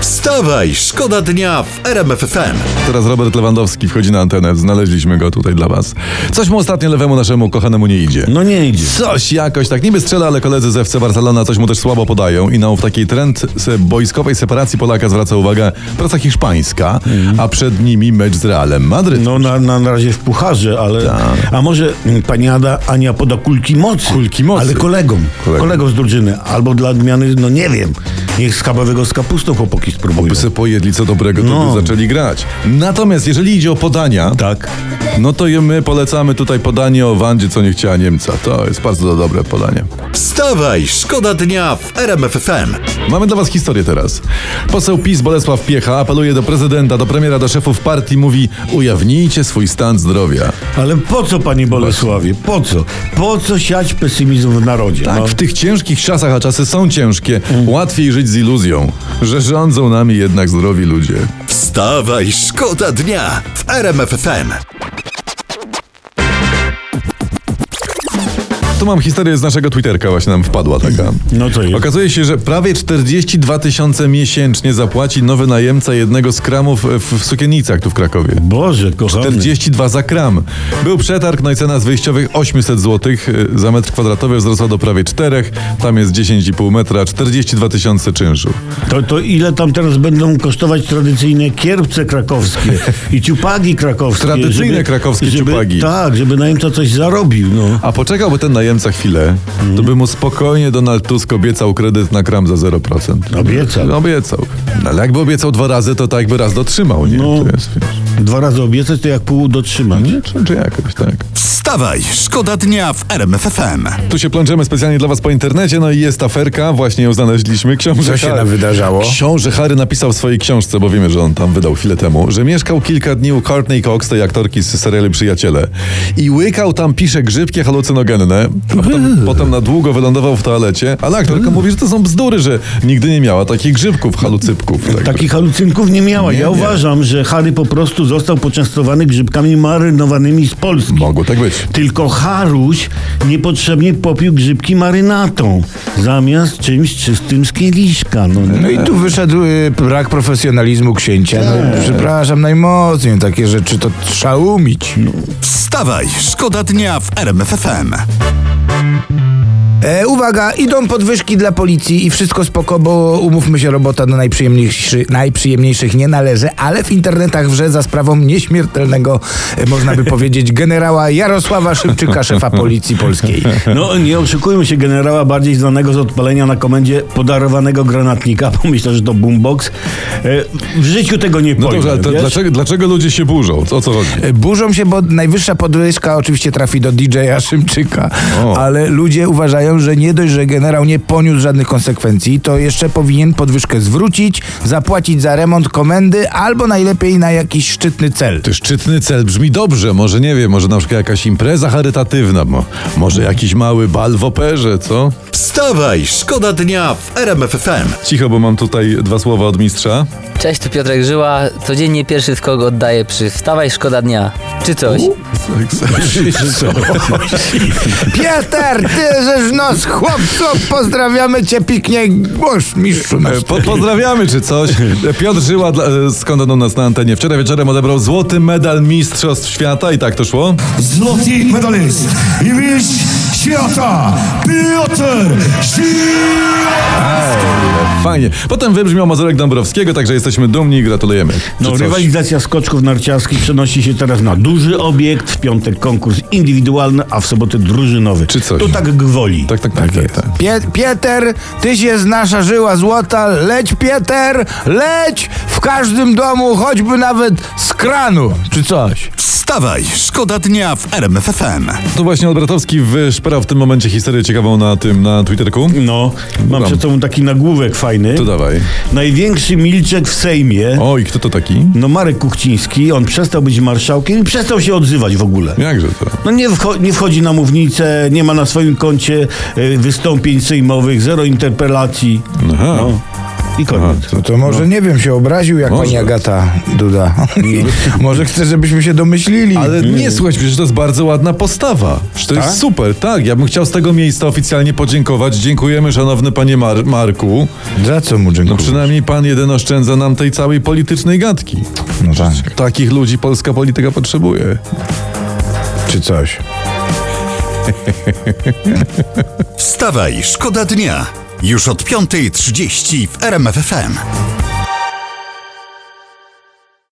Wstawaj, szkoda dnia w RMF FM. Teraz Robert Lewandowski wchodzi na antenę. Znaleźliśmy go tutaj dla was. Coś mu ostatnio lewemu naszemu kochanemu nie idzie. No nie idzie. Coś jakoś tak niby strzela, ale koledzy z FC Barcelona coś mu też słabo podają i na w takiej trend se boiskowej separacji Polaka zwraca uwagę praca hiszpańska, a przed nimi mecz z Realem Madryt. Mhm. No na, na, na razie w pucharze, ale... A może mm, pani Ada, Ania poda kulki mocy. Tak. Kulki mocy. Ale kolegom. Kolegom. Kolegom, z drużyny. Albo dla odmiany, no nie wiem. Niech schabowego z kapustą chłopaki spróbują. By se pojedli co dobrego, to No. by zaczęli grać. Natomiast jeżeli idzie o podania, Tak. no to je my polecamy tutaj podanie o Wandzie, co nie chciała Niemca. To jest bardzo dobre podanie. Wstawaj, szkoda dnia w RMF FM. Mamy dla was historię teraz. Poseł PiS Bolesław Piecha apeluje do prezydenta, do premiera, do szefów partii, mówi ujawnijcie swój stan zdrowia. Ale po co, panie Bolesławie? Po co? Po co siać pesymizm w narodzie? Tak, No. w tych ciężkich czasach, a czasy są ciężkie, łatwiej żyć z iluzją, że rządzą nami jednak zdrowi ludzie. Wstawaj, szkoda dnia w RMF FM. Tu mam historię z naszego Twitterka, właśnie nam wpadła taka. No to jest. Okazuje się, że prawie 42 tysiące miesięcznie zapłaci nowy najemca jednego z kramów w, w Sukienicach tu w Krakowie. Boże, kochany. 42 za kram. Był przetarg, no i cena z wyjściowych 800 zł za metr kwadratowy wzrosła do prawie 4. Tam jest 10,5 metra, 42 tysiące czynszu. To, to ile tam teraz będą kosztować tradycyjne kierpce krakowskie i ciupagi krakowskie? Tradycyjne krakowskie żeby, ciupagi. Tak, żeby najemca coś zarobił, no. A poczekałby ten najemca chwilę, to by mu spokojnie Donald Tusk obiecał kredyt na kram za 0%. Obiecał. Obiecał. No, ale jakby obiecał dwa razy, to tak jakby raz dotrzymał, nie? No. To jest, wiesz, Dwa razy obiecać, to jak pół dotrzymać. nie? Czy, czy jakoś tak. Wstawaj, szkoda dnia w RMF FM. Tu się plączemy specjalnie dla was po internecie, no i jest aferka, właśnie ją znaleźliśmy. Książę Co się Harry- nam wydarzało? Książę Harry napisał w swojej książce, bo wiemy, że on tam wydał chwilę temu, że mieszkał kilka dni u Courtney Cox, tej aktorki z serialu Przyjaciele i łykał tam pisze grzybkie halucynogenne, a potem, potem na długo wylądował w toalecie, ale aktorka mówi, że to są bzdury, że nigdy nie miała takich grzybków, halucypków. Tak. Takich halucynków nie miała. Nie, ja nie. uważam, że Harry po prostu został poczęstowany grzybkami marynowanymi z Polski. Mogło tak być. Tylko Haruś niepotrzebnie popił grzybki marynatą, zamiast czymś czystym z kieliszka. No, nie? No i tu wyszedł y, brak profesjonalizmu księcia. No, przepraszam najmocniej, takie rzeczy to trzeba umieć. Wstawaj, szkoda dnia w RMF FM. E, uwaga, idą podwyżki dla policji i wszystko spoko, bo umówmy się, robota do najprzyjemniejszy, najprzyjemniejszych nie należy, ale w internetach wrze za sprawą nieśmiertelnego, e, można by powiedzieć, generała Jarosława Szymczyka, szefa policji polskiej. No, nie oszukujmy się, generała bardziej znanego z odpalenia na komendzie podarowanego granatnika, bo myślę, że to boombox. E, W życiu tego nie No pojmę, dobrze, ale to wiesz? dlaczego, dlaczego ludzie się burzą? O co chodzi? E, Burzą się, bo najwyższa podwyżka oczywiście trafi do DJ-a Szymczyka, O. ale ludzie uważają, że nie dość, że generał nie poniósł żadnych konsekwencji, to jeszcze powinien podwyżkę zwrócić, zapłacić za remont komendy albo najlepiej na jakiś szczytny cel. To szczytny cel brzmi dobrze, może nie wiem, może na przykład jakaś impreza charytatywna, mo, może jakiś mały bal w operze, co? Wstawaj, szkoda dnia w RMF FM. Cicho, bo mam tutaj dwa słowa od mistrza. Cześć, tu Piotrek Żyła. Codziennie pierwszy skok oddaję przy Wstawaj, szkoda dnia. Czy coś? Piotr, ty żeż nos chłopco, pozdrawiamy cię piknie głoś mistrzu nasz. E, Po, pozdrawiamy czy coś. E, Piotr Żyła, dla- e, skąd on u nas na antenie, wczoraj wieczorem odebrał złoty medal Mistrzostw Świata i tak to szło. złoty medalist i mistrz świata Piotr Żyła. Fajnie. Potem wybrzmiał Mazurek Dąbrowskiego, także jesteśmy dumni i gratulujemy. No, Czy coś? rywalizacja skoczków narciarskich przenosi się teraz na duży obiekt. W piątek konkurs indywidualny, a w sobotę drużynowy. Czy coś? To tak gwoli. Tak, tak, tak. tak, tak. Pie- Pieter, tyś jest nasza żyła złota, leć Pieter, leć w każdym domu, choćby nawet z kranu, czy coś. Wstawaj, szkoda dnia w RMF FM. To właśnie Odbratowski wyszperał w tym momencie historię ciekawą na tym, na Twitterku. No, mam Dobra. przed sobą taki nagłówek fajny. To dawaj. Największy milczek w Sejmie. Oj, kto to taki? No Marek Kuchciński, on przestał być marszałkiem i przestał się odzywać w ogóle. Jakże to? No nie, wcho- nie wchodzi na mównicę, nie ma na swoim koncie y, wystąpień sejmowych, zero interpelacji. Aha. No. I koniec. No to może, nie wiem, się obraził jak Może. pani Agata Duda. może chce, żebyśmy się domyślili. Ale nie, słuchaj, przecież to jest bardzo ładna postawa. Przecież to jest super, tak. Ja bym chciał z tego miejsca oficjalnie podziękować. Dziękujemy, szanowny panie Mar- Marku. Za co mu No dziękuję? przynajmniej pan jeden oszczędza nam tej całej politycznej gadki. No tak, Takich ludzi polska polityka potrzebuje. czy coś. Wstawaj, szkoda dnia. Już od 5.30 w RMFFM.